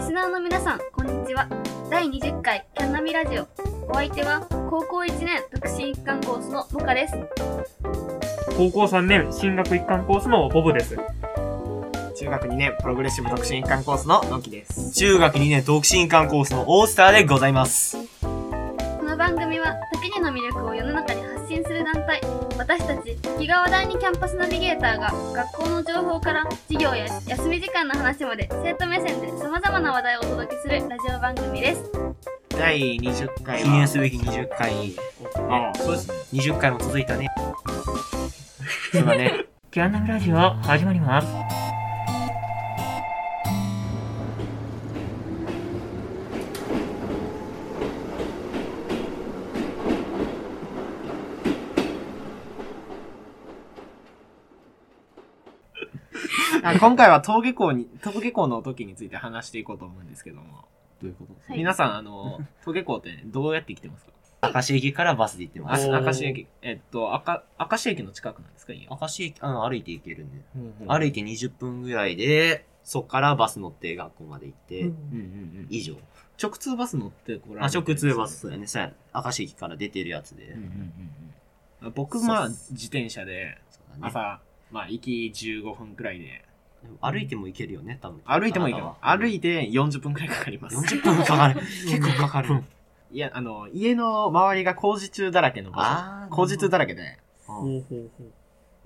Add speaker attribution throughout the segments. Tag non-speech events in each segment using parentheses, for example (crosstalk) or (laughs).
Speaker 1: スナーの皆さんこんにちは第20回キャンナミラジオお相手は高校1年独身一貫コースのモカです
Speaker 2: 高校3年進学一貫コースのボブです。
Speaker 3: 中学2年プログレッシブ特進一貫コースののきです。
Speaker 4: 中学2年独身間コースのオースターでございます。
Speaker 1: この番組は時にの魅力を世の中に発信する団体私たち日川第二キャンパスナビゲーターが学校の情報から授業や休み時間の話まで生徒目線で様々な話題をお届けするラジオ番組です
Speaker 3: 第20回
Speaker 4: 記念
Speaker 3: は、
Speaker 4: すべき20回。
Speaker 3: ああ
Speaker 4: そうですね。20回も続い
Speaker 3: (laughs)
Speaker 4: たね。そうだね。
Speaker 2: キャンナムラジオ始まります。
Speaker 3: あ今回は登下校に、登下校の時について話していこうと思うんですけども、
Speaker 4: どういうこと
Speaker 1: はい
Speaker 3: 皆さん、あの、 (laughs) 登下校って、どうやって来てますか
Speaker 4: 明石駅からバスで行って
Speaker 3: あ
Speaker 4: ます。
Speaker 2: おー
Speaker 3: 明石駅、えっと、赤、明石駅の近くなんですか家。
Speaker 4: 明石駅、うん、歩いて行けるね。
Speaker 3: うんうん
Speaker 4: 歩いて20分ぐらいで、そっからバス乗って学校まで行って、
Speaker 3: うんうんうん
Speaker 4: 以上。
Speaker 3: 直通バス乗ってこら
Speaker 4: あ、
Speaker 3: れてる
Speaker 4: 直通バス、そうやね。そうや。明石駅から出てるやつで。
Speaker 3: うんうんうんうん僕、まあ、自転車で、
Speaker 4: そうだね。
Speaker 3: 朝、まあ、行き15分くらいで、
Speaker 4: でも歩いても行けるよね、多分。
Speaker 3: 歩いてもいいかも。歩い
Speaker 4: て。
Speaker 3: て40分くらいかかります。
Speaker 4: 40分かかる。結構かかる。
Speaker 3: (laughs) いや、あの、家の周りが工事中だらけの場
Speaker 4: あ
Speaker 3: 所。工事中だ
Speaker 4: ら
Speaker 3: らけで、
Speaker 2: う
Speaker 4: あ
Speaker 2: ほうほう。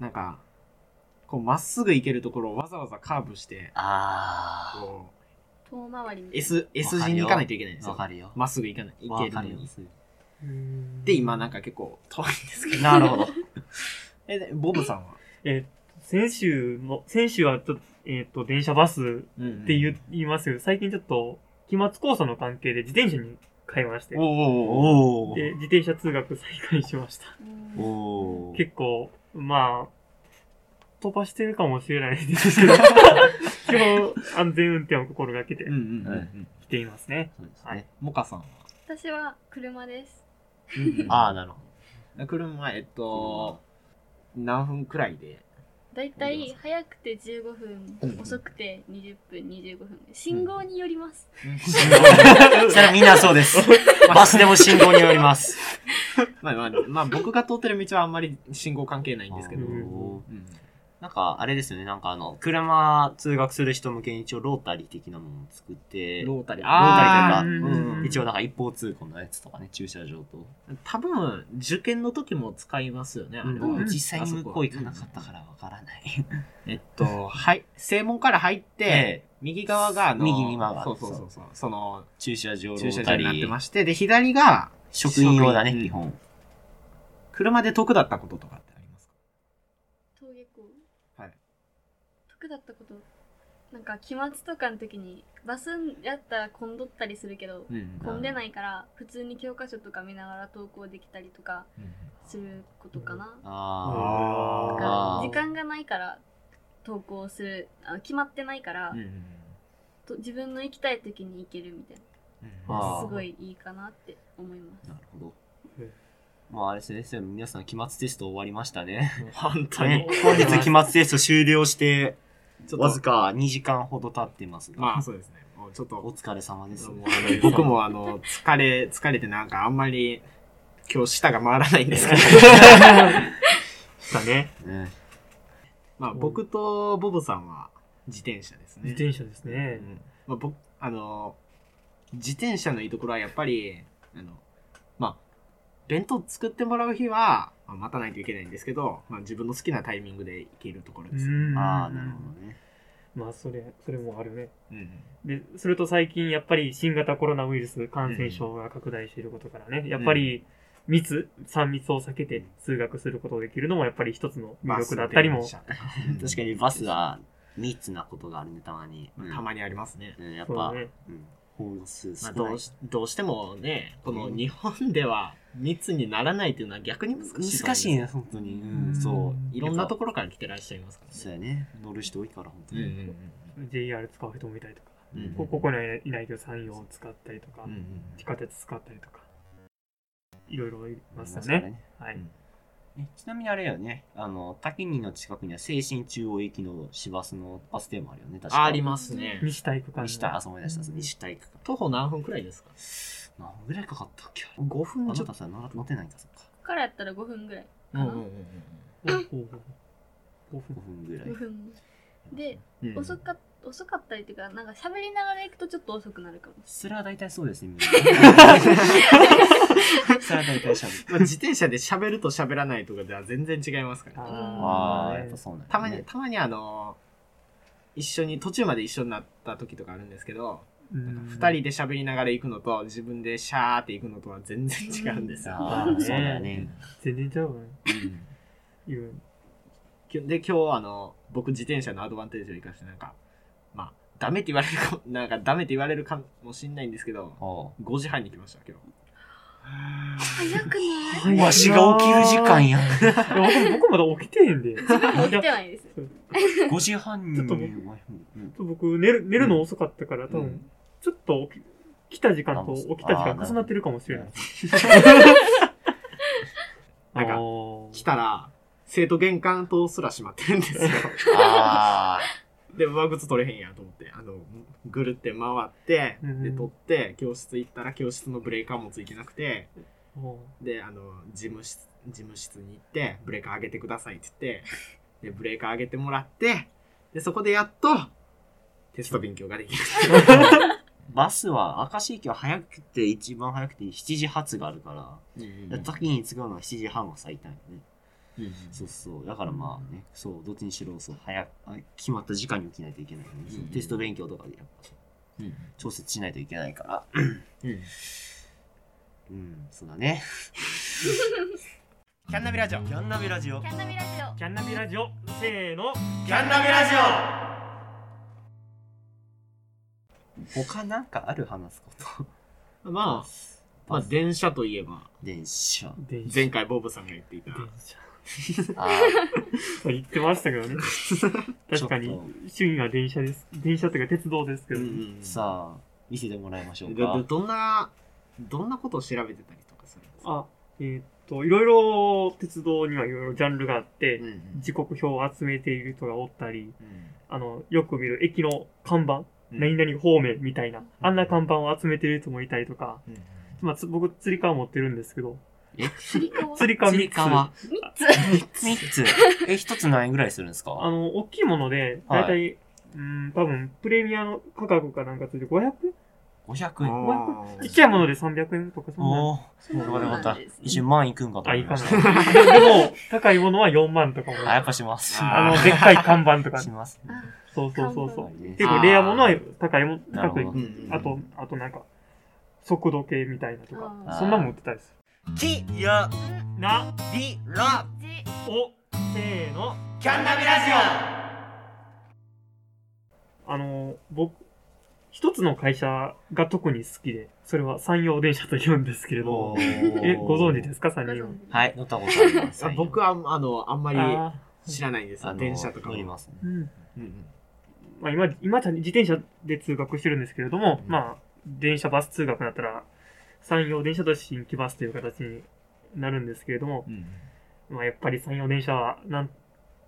Speaker 3: なんか、こう、まっすぐ行けるところをわざわざカーブして、
Speaker 4: あー。
Speaker 3: こ
Speaker 1: 遠回りみ
Speaker 3: う、
Speaker 1: たいな
Speaker 3: S、S 字に行かないといけないんです
Speaker 4: わ
Speaker 3: よ。
Speaker 4: かるよ。
Speaker 3: まっすぐ行かない、行けるの
Speaker 4: わかる
Speaker 3: に
Speaker 4: よ。
Speaker 3: で、今なんか結構遠いんですけど。
Speaker 4: なるほど。
Speaker 3: (laughs) え、でボブさんは
Speaker 2: えー先週も、先週はちょっと、えっ、と、電車バスっ
Speaker 3: って
Speaker 2: 言,、。言いますけど、最近ちょっと、期末考査の関係で自転車に変えまして
Speaker 3: お、おおお
Speaker 4: (laughs) お
Speaker 2: で、自転車通学再開しました。
Speaker 1: うん
Speaker 4: お
Speaker 2: 結構、まあ、飛ばしてるかもしれないです (laughs) けど、基本安全運転を心がけて
Speaker 3: うんうんうん
Speaker 4: は
Speaker 3: う
Speaker 4: い
Speaker 3: ん。
Speaker 2: 来ていますね。
Speaker 4: そうです
Speaker 2: はい
Speaker 4: ね。
Speaker 3: モカさんは
Speaker 1: 私は車です
Speaker 4: ああ、なるほ
Speaker 3: 車、えっと
Speaker 4: ど、。
Speaker 3: 何分くらいで
Speaker 1: だいたい早くて15分、
Speaker 3: うん
Speaker 1: 遅くて20分25分信号によります、
Speaker 4: 信号そしたらみんなそうです。バスでも信号によります。
Speaker 3: まあまあ、まあ僕が通ってる道はあんまり信号関係ないんですけど。
Speaker 2: う
Speaker 3: うんん
Speaker 4: なんか、あれですよね。なんかあの、車通学する人向けに一応ロータリー的なものを作って、
Speaker 3: ロータリー。
Speaker 4: あー
Speaker 3: ロータリーというか、うん、
Speaker 4: 一応なんか一方通行のやつとかね、駐車場と。
Speaker 3: 多分、受験の時も使いますよね、あれは
Speaker 2: うん
Speaker 4: 実際に向こう行かなかったからわからない。
Speaker 3: えっと、はい、正門から入って、
Speaker 4: ええ
Speaker 3: 右側が、あの、
Speaker 4: 右に曲がる
Speaker 3: そうそうそうそう、その、
Speaker 4: 駐車場ロ
Speaker 3: 駐車
Speaker 4: ー
Speaker 3: 場
Speaker 4: タ
Speaker 3: になって
Speaker 4: リ
Speaker 3: ま
Speaker 4: ー。
Speaker 3: して、で、左が、
Speaker 4: 職員用だね、
Speaker 3: 職員
Speaker 4: 基本。
Speaker 3: 車で得だったこととかってありますか
Speaker 1: 登下校
Speaker 3: はい
Speaker 1: 得だったことなんか期末とかの時にバスやったら混んどったりするけど
Speaker 3: うん
Speaker 1: 混んでないから普通に教科書とか見ながら登校できたりとかすることかな、
Speaker 4: あ
Speaker 1: だ
Speaker 4: ん
Speaker 1: か
Speaker 3: あ
Speaker 1: ら
Speaker 4: あー
Speaker 1: 時間がないから登校するあの決まってないから、
Speaker 3: あうんうんうん
Speaker 1: と自分の行きたい時に行けるみたい
Speaker 4: あ
Speaker 1: な
Speaker 4: ー
Speaker 1: すごいいいかなって思います
Speaker 4: あ。なるほど
Speaker 2: うん。
Speaker 4: まああれですね、皆さん期末テスト終わりましたね。
Speaker 3: 本当
Speaker 4: ね
Speaker 3: に。
Speaker 4: 本日 (laughs) 期末テスト終了して、
Speaker 3: ちょ
Speaker 4: わ
Speaker 3: っ
Speaker 4: ず
Speaker 3: と、
Speaker 4: か2時間ほど経ってますが、
Speaker 3: まあそうですね。もうちょっと、
Speaker 4: お疲れ様です。
Speaker 3: もうあの (laughs) 僕もあの、疲れ、疲れてなんかあんまり、今日舌が回らないんですけど。
Speaker 2: だね。
Speaker 4: ね
Speaker 3: (laughs) まあ僕とボブさんは自転車ですね。
Speaker 2: 自転車ですね。
Speaker 3: まあ、僕あの自転車のいいところはやっぱりあのまあ弁当作ってもらう日は、まあ待たないといけないんですけど、まあ、自分の好きなタイミングで行けるところです、
Speaker 2: うん
Speaker 4: ああ、なるほどね。
Speaker 2: まあ、それ、それもあるね。
Speaker 3: うん
Speaker 2: で、それと最近、やっぱり新型コロナウイルス感染症が拡大していることからね、やっぱり密、3密を避けて通学することができるのも、やっぱり一つの魅力だったりも。
Speaker 3: バス電車
Speaker 4: うん確かにバスは密なことがあるね、たまに。
Speaker 3: まあたまにありますね、
Speaker 4: に。やっ
Speaker 2: そう
Speaker 4: ぱ、
Speaker 2: だね。
Speaker 4: うん本数
Speaker 3: ま
Speaker 4: 少
Speaker 3: あ、
Speaker 4: な
Speaker 3: ど。
Speaker 4: いう
Speaker 3: しどうしてもねこの日本では密にならないというのは逆に難しいと思う
Speaker 4: 難しいね、本当に。うん、そう。
Speaker 3: いろんなところから来てらっしゃいますから
Speaker 4: そう
Speaker 3: ね
Speaker 4: やね。乗る人多いから、本当
Speaker 3: うんうん
Speaker 4: に。
Speaker 2: JR 使う人もいたりとか、
Speaker 3: うんうん
Speaker 2: こここにはいないけど山陽を使ったりとか、
Speaker 3: うんうん
Speaker 2: 地下鉄使ったりとか、いろいろい
Speaker 4: あ
Speaker 2: ま
Speaker 4: り
Speaker 2: す
Speaker 4: ま
Speaker 2: よ
Speaker 4: すから
Speaker 2: ね。
Speaker 4: ね。
Speaker 2: はい。
Speaker 4: えちなみにあれだよね、あの、滝にの近くには青春中央行きの市バスのバス停もあるよね、確か
Speaker 3: ありますね。
Speaker 2: 西体育館
Speaker 4: 西体、あ、そう思い出した、西体行くか。
Speaker 3: 徒歩何分くらいですか
Speaker 4: 何分ぐらいかかったっけ5分ちょっとさ、乗ら乗ってないんだ、そっか。
Speaker 1: からやったら5分ぐらい。
Speaker 3: うんうんうん
Speaker 2: ほうほうほう
Speaker 4: 5分ぐらい
Speaker 1: 5。分。で、
Speaker 3: うんうん。
Speaker 1: 遅かっ遅かったりっていうか、なんか喋りながら行くとちょっと遅くなるかも。
Speaker 4: すら大体そうですね、 (laughs) 今すら大体しゃべる。
Speaker 3: まあ、自転車で喋ると喋らないとかでは全然違いますから。
Speaker 2: あ
Speaker 4: あ
Speaker 2: あ
Speaker 4: あ、やっぱそうなんだね
Speaker 3: たまに、たまにあの、一緒に、途中まで一緒になった時とかあるんですけど、
Speaker 2: うん
Speaker 3: 二人で喋りながら行くのと、自分でシャーって行くのとは全然違うんですよ。
Speaker 4: ああ、そうだよね。
Speaker 2: 全然ちゃうわねいう
Speaker 3: きで、今日あの、僕自転車のアドバンテージを生かして、なんか、まあ、ダメって言われるかも、 (laughs) なんかダメって言われるかもしんないんですけど、
Speaker 4: あ
Speaker 3: 5時半に来ました、今日。
Speaker 1: 早くね。
Speaker 4: あわしが起きる時間や。
Speaker 2: いや僕僕まだ起きてへんで (laughs)
Speaker 1: 起きてないです。
Speaker 4: 5時半に。
Speaker 2: ちょっと僕僕寝る寝るの遅かったから多分
Speaker 3: うん
Speaker 2: ちょっと起き来た時間と起きた時
Speaker 4: あ
Speaker 2: 間重なってるかもしれない
Speaker 3: なるほどなん
Speaker 2: あ (laughs)
Speaker 3: か
Speaker 2: ー
Speaker 3: 来たら、生徒玄関灯すら閉まってるんですよ。 (laughs)
Speaker 4: ああ。
Speaker 3: で、上靴取れへんやと思って、あの、ぐるって回って、
Speaker 2: うん
Speaker 3: で、取って、教室行ったら、教室のブレーカーもついてなくて、
Speaker 2: も
Speaker 3: で、あの、事務室、事務室に行って、ブレーカー上げてくださいって言って、で、ブレーカー上げてもらって、で、そこでやっと、テスト勉強ができる。
Speaker 4: バスは、明石駅は早くて、一番早くて7時発があるから、先に使うのは7時半が最短よね。そうそう。だからまあね、そう、どっちにしろ、そう、早く、あ決まった時間に起きないといけないよね。そう
Speaker 3: うん
Speaker 4: テスト勉強とかでやっぱ
Speaker 3: うん
Speaker 4: 調節しないといけないから。
Speaker 3: うん
Speaker 4: うん、そうだね。
Speaker 3: キャンナビラジオ
Speaker 4: キャンナビラジオ
Speaker 1: キャンナビラジオ。
Speaker 2: うキャンナビラジオせーの
Speaker 4: キャンナビラジオ他なんかある話すこと
Speaker 3: まあ、まあ、電車といえば、
Speaker 4: (laughs) 電車。 (laughs)
Speaker 2: 電
Speaker 3: 前回ボブさんが言っていた、
Speaker 2: 電車
Speaker 4: あ
Speaker 2: と言ってましたけどね確か
Speaker 4: ち
Speaker 2: に
Speaker 4: ょっ
Speaker 2: 趣味は電車です電車というか鉄道ですけど、
Speaker 4: とさあ、見せてもらいましょう
Speaker 3: でで
Speaker 4: か。
Speaker 3: どんな、どんなことを調べてたりとかするんですか
Speaker 2: あえーっといろいろ鉄道にはいろいろジャンルがあって、
Speaker 3: うんうん
Speaker 2: 時刻表を集めている人がおったり
Speaker 3: うん
Speaker 2: あのよく見る駅の看板、
Speaker 3: うん
Speaker 2: 何々方面みたいなあんな看板を集めてる人もいたりとか、
Speaker 3: うん
Speaker 2: まあ、つ僕釣り革持ってるんですけど
Speaker 1: つり革。
Speaker 2: 釣り革
Speaker 4: つ
Speaker 2: 3
Speaker 4: り
Speaker 2: つ
Speaker 4: 革。
Speaker 1: 3
Speaker 4: 三つ。え、一つ何円ぐらいするんですか
Speaker 2: あの大きいもので
Speaker 4: はい
Speaker 2: 大体、うーん多分プレミアの価格かなんかついて 500?
Speaker 4: 500円。
Speaker 3: あ
Speaker 2: ちっ
Speaker 3: ー
Speaker 2: ちゃいもので300円とかそんな
Speaker 4: おお。
Speaker 1: つ。
Speaker 4: よかったよかっ
Speaker 1: な
Speaker 4: た
Speaker 1: んです。ね
Speaker 4: 一瞬万いくんかと
Speaker 2: あ、
Speaker 4: 思
Speaker 2: い
Speaker 4: い
Speaker 2: か
Speaker 4: (laughs) ま
Speaker 2: な
Speaker 4: した。
Speaker 2: い。でも、高いものは4万とかも。
Speaker 4: あ、やっぱします。
Speaker 2: あ
Speaker 3: あ
Speaker 2: の、でっかい看板とか。
Speaker 4: (laughs) しますね。
Speaker 1: あ
Speaker 2: そうそうそうそう。結
Speaker 4: あ
Speaker 2: 構レアものは高いも
Speaker 4: な
Speaker 2: 高
Speaker 4: るほ
Speaker 2: い
Speaker 4: ど。
Speaker 2: あと、あとなんか、速度計みたいなとか
Speaker 1: あ、
Speaker 4: ー
Speaker 2: そんなもん売ってたりす
Speaker 4: きや
Speaker 2: る。な、
Speaker 4: りら
Speaker 1: じ
Speaker 2: お、せーの。
Speaker 4: キャンナビラジ
Speaker 2: あの、僕、一つの会社が特に好きで、それは山陽電車と言うんですけれど、え、ご存知ですすか、山
Speaker 1: ご
Speaker 2: 陽
Speaker 1: 存。知
Speaker 4: はい、乗ったことあります
Speaker 3: あ。僕はあのあんまり
Speaker 2: あ
Speaker 3: 知らないんですよ
Speaker 4: の
Speaker 3: 電車とかも
Speaker 4: 乗りますね。
Speaker 2: ーうん。
Speaker 3: うんうん
Speaker 2: まあ、今、今、自転車で通学してるんですけれども、
Speaker 3: うん
Speaker 2: まあ、電車バス通学だったら、山陽電車都市に来ますという形になるんですけれども、まあ、やっぱり山陽電車は、なん、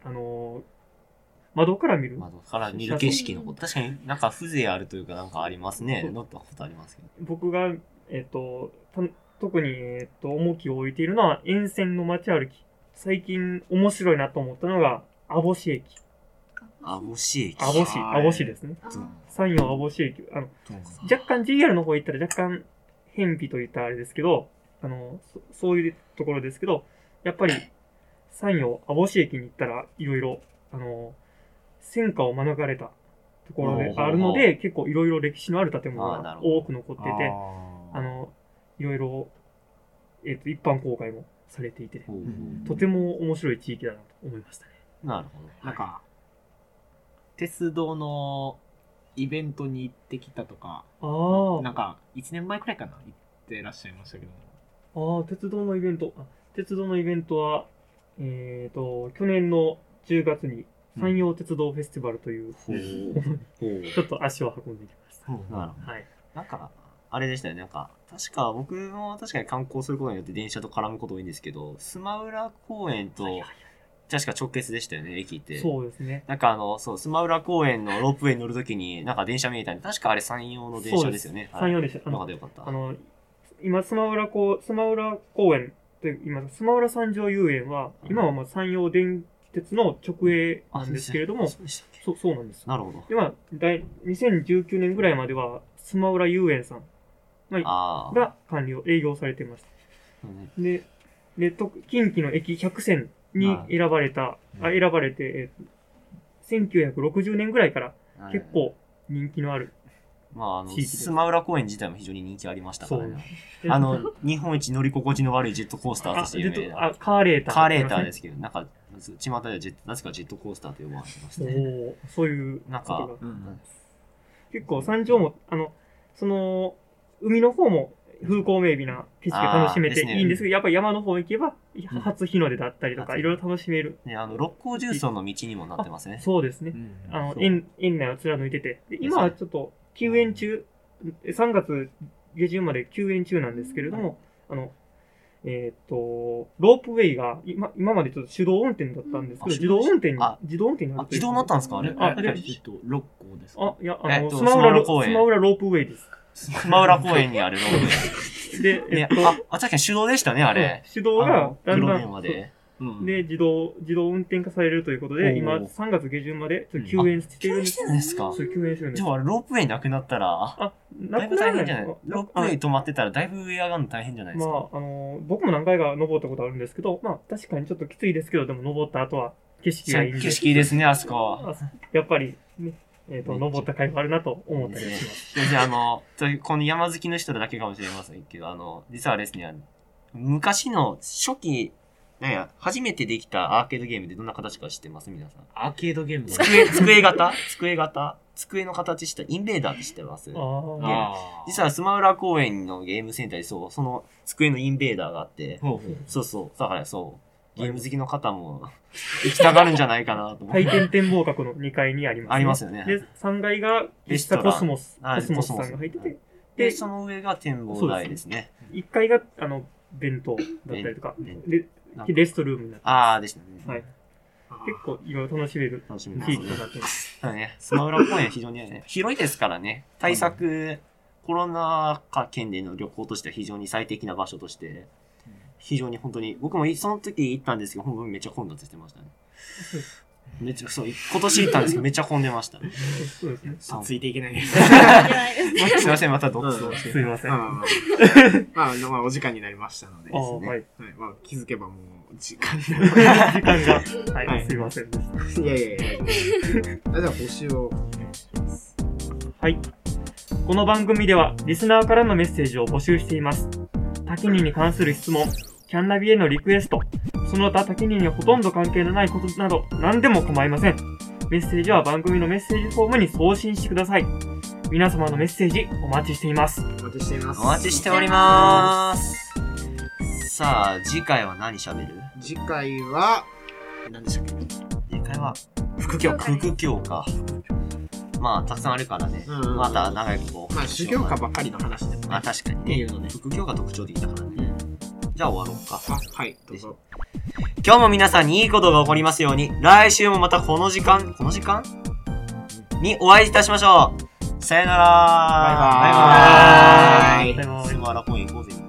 Speaker 2: あのー窓から見る、
Speaker 4: 窓から見る景色のこと。確かになんか風情あるというかなんかありますね
Speaker 2: そ。う
Speaker 4: 乗ったことありますけど。
Speaker 2: 僕が、えっ、と、た特に、えっ、と、重きを置いているのは、沿線の街歩き。最近、面白いなと思ったのが、網干駅。
Speaker 4: 網干駅。
Speaker 2: 網干、
Speaker 3: はい
Speaker 2: 網干ですね。
Speaker 1: あー
Speaker 2: 山陽網干駅。あの、
Speaker 3: う
Speaker 2: 若干 JR の方行ったら若干偏僻といったらあれですけど、あの、そそういうところですけど、やっぱり山陽網干駅に行ったらいろいろ、あの、戦火を免れたところであるの
Speaker 4: ほうほう
Speaker 2: で、結構いろいろ歴史のある建物
Speaker 4: あーな
Speaker 2: が
Speaker 4: るほど
Speaker 2: 多く残ってて、あの、いろいろ、えっ、と、一般公開もされていて、
Speaker 4: ほうほ
Speaker 3: うん
Speaker 2: とても面白い地域だなと思いましたね。
Speaker 4: うなるほど。
Speaker 3: なんか鉄道のイベントに行ってきたとか
Speaker 2: あ
Speaker 3: なんか1年前くらいかな行ってらっしゃいましたけど
Speaker 2: ああ、鉄道のイベント。あ鉄道のイベントは、えっ、と、去年の10月に山陽鉄道フェスティバルという、
Speaker 4: ほう。ほう。
Speaker 2: ちょっと足を運んできました。
Speaker 4: なるほど。
Speaker 2: はい。
Speaker 4: なんか、あれでしたよね、なんか、確か僕も確かに観光することによって電車と絡むこと多いんですけど、スマウラ公園と、確か直結でしたよね、駅って。
Speaker 2: そうですね。
Speaker 4: なんかあの、そう、スマウラ公園のロープウェイに乗るときに、なんか電車見えたんで、確かあれ山陽の電車ですよね。
Speaker 2: 山陽でした。あ
Speaker 4: はいよか
Speaker 2: の
Speaker 4: ったよかった。
Speaker 2: あの、今、スマウラ公、スマウラ公園という、今、スマウラ三条遊園は、今はまあ山陽電鉄の直営なんですけれども、
Speaker 4: そうでしたっけ
Speaker 2: そうそうなんです。
Speaker 4: なるほど。
Speaker 2: で、まあ、第2019年ぐらいまでは、スマウラ遊園さん
Speaker 4: ああ。
Speaker 2: が完了、営業されていました。
Speaker 4: そうね
Speaker 2: で、でと近畿の駅100選に選ばれた、
Speaker 4: は
Speaker 2: あ
Speaker 4: い
Speaker 2: 選ばれて、えー1960年ぐらいから
Speaker 4: はい
Speaker 2: 結構人気のある、
Speaker 4: まあ、あの、
Speaker 2: 地域で
Speaker 4: スマウラ公園自体も非常に人気ありましたからね。
Speaker 2: で
Speaker 4: あの、日本一乗り心地の悪いジェットコースター
Speaker 2: あ
Speaker 4: として
Speaker 2: ず
Speaker 4: 有
Speaker 2: っ
Speaker 4: 名
Speaker 2: とあ
Speaker 4: な。
Speaker 2: カーレーター、。
Speaker 4: カーレーターですすけど、なんか、巷ではジェット、なぜかジェットコースターと呼ばれてます
Speaker 2: お
Speaker 4: ね。
Speaker 2: ーそういう
Speaker 4: なん
Speaker 2: こと
Speaker 4: か
Speaker 2: が、
Speaker 3: うん
Speaker 2: 結構山頂も、あの、その、海の方も風光明媚な景色が楽しめて
Speaker 4: あーですね
Speaker 2: いいんですけど、やっぱり山の方行けば、初日の出だったりとか、
Speaker 4: 初
Speaker 2: いろいろ楽しめる。
Speaker 4: ね、あの、六甲重曹の道にもなってますね。
Speaker 2: そうですね。あの、園、園内を貫いてて。で今はちょっと、休園中、3月下旬まで休園中なんですけれども、あの、えーっと、ロープウェイが、今、今までちょっと手動運転だったんですけど、
Speaker 4: うんあ
Speaker 2: 自動運転に
Speaker 4: あ、
Speaker 2: 自動運転にな
Speaker 4: あ
Speaker 2: っ、て
Speaker 4: 自動になったんですかあれ。
Speaker 3: あ、
Speaker 2: あ
Speaker 3: あ
Speaker 2: れ
Speaker 3: れと六甲ですか
Speaker 2: あ、いや、あ
Speaker 4: え
Speaker 2: の、
Speaker 4: っと
Speaker 2: スマウラロ
Speaker 4: スマウラ公園
Speaker 2: スマウラロープウェイです。
Speaker 3: (laughs)
Speaker 4: スマウラ公園にあるロープウェイ
Speaker 2: で、 (laughs) え
Speaker 4: ね
Speaker 2: っと、
Speaker 4: あ、あ、確かに手動でしたね、あれ。
Speaker 2: 手
Speaker 4: あ
Speaker 2: 動が
Speaker 4: の、
Speaker 2: だん
Speaker 4: 黒
Speaker 2: だ
Speaker 4: 電
Speaker 2: ん
Speaker 4: 話、で。
Speaker 3: うん
Speaker 2: で、自動、自動運転化されるということ
Speaker 4: おー
Speaker 2: で、今、3月下旬まで、ちょっと休園してるん
Speaker 4: どう
Speaker 2: で
Speaker 4: し
Speaker 2: す
Speaker 4: て。るんですか
Speaker 2: そう、休園してるんで
Speaker 4: じ
Speaker 2: す
Speaker 4: ゃ。あ、あれロープウェイなくなったら、
Speaker 2: あ、
Speaker 4: だ
Speaker 2: ないく
Speaker 4: ぶ
Speaker 2: なら
Speaker 4: 大
Speaker 2: な
Speaker 4: 変
Speaker 2: い
Speaker 4: じゃないロープウェイ止まってたら、だいぶ上上がるの大変じゃないですか。
Speaker 2: まあ、あのー僕も何回か登ったことあるんですけど、まあ、確かにちょっときついですけど、でも登った後は景色がいいんで、
Speaker 4: 景色いいですね、あそこ。
Speaker 2: あやっぱり、ね、えっ、と、
Speaker 4: めっちゃ
Speaker 2: 登った甲斐があるなと思ったりはします。
Speaker 4: すいませんあの、ちょこの山好きの人だけかもしれませんけど、あの、実はあれですね、あの昔の初期、なんや、初めてできたアーケードゲームってどんな形か知ってます皆さん。
Speaker 3: アーケードゲームだ
Speaker 4: 机、机型机型机の形したインベーダーって知ってます
Speaker 2: ああ、
Speaker 3: あ
Speaker 4: 実はスマウラ公園のゲームセンターにそう、その机のインベーダーがあって、
Speaker 3: ほうほう
Speaker 4: そうそう、だからそう、ゲーム好きの方も行きたがるんじゃないかなと思って。
Speaker 2: 体験展望閣の2階にあります、
Speaker 4: ありますよね
Speaker 2: で、3階が
Speaker 4: レ
Speaker 2: 喫
Speaker 4: スト
Speaker 2: 茶
Speaker 4: ラン
Speaker 2: コスモス、
Speaker 4: あ
Speaker 2: コスモスさん
Speaker 4: コスモ
Speaker 2: が
Speaker 4: ス
Speaker 2: 入ってて、
Speaker 4: で、
Speaker 2: で、
Speaker 4: その上が展望台ですね。
Speaker 2: 1階が、あの、弁当だったりとか、
Speaker 4: 弁
Speaker 2: で、
Speaker 4: なんか
Speaker 2: レストルームになって
Speaker 4: ああ、でしたね。
Speaker 2: はい結構いろいろ楽しめる
Speaker 4: 楽しみです
Speaker 2: 地域
Speaker 4: ね
Speaker 2: と。なってます。
Speaker 4: だね、スマウラ公園非常にね、広いですからね、対策、コロナ禍県での旅行としては非常に最適な場所として、非常に本当に、僕もいその時行ったんですけど、本当にめっちゃ混雑してましたね。めっちゃ、そう、今年行ったんですけど、めっちゃ混んでました、ね。
Speaker 2: そうですね。
Speaker 4: あ
Speaker 3: ついていけないです。
Speaker 1: いけないですね。
Speaker 4: すいません、また独走して。
Speaker 2: すいません。あ
Speaker 3: まあ、まあ、お時間になりましたので、
Speaker 2: あ
Speaker 3: は
Speaker 2: ー、はい。
Speaker 3: いまあ、気づけばもう時間に
Speaker 2: 時
Speaker 3: な
Speaker 2: 間が、は
Speaker 3: はい
Speaker 2: い、すいませんでした。
Speaker 3: いやいやいや。あじゃあ、星をお願いします。
Speaker 2: はい。この番組ではリスナーからのメッセージを募集しています。タキニに関する質問、キャンナビへのリクエスト、その他タキニにほとんど関係のないことなど何でも構いません。メッセージは番組のメッセージフォームに送信してください。皆様のメッセージお待ちしています。
Speaker 3: お待ちしています。
Speaker 4: お待ちしております。さあ、次回は何喋る
Speaker 3: 次回は、何でしたっけ
Speaker 4: 次回は、
Speaker 3: 副
Speaker 1: 教
Speaker 3: 教
Speaker 1: 科
Speaker 3: 科。
Speaker 4: 副教科。まあ、たくさんあるからね、
Speaker 3: うんうん
Speaker 4: また長いこと。
Speaker 3: まあ、主教科ばっかりの話でもね。
Speaker 4: まあ確かに
Speaker 3: ってい
Speaker 4: ね
Speaker 3: うので。
Speaker 4: 副教が特徴的だから
Speaker 3: う
Speaker 4: ね
Speaker 3: ん
Speaker 4: じゃあ終わろうか
Speaker 3: あ、はい、どうぞ。
Speaker 4: 今日も皆さんにいいことが起こりますように来週もまたこの時間この時間にお会いいたしましょうさよなら
Speaker 3: バイバーイ。
Speaker 4: バイバ
Speaker 2: バイバイ
Speaker 4: イスマラ公園行こうぜみんな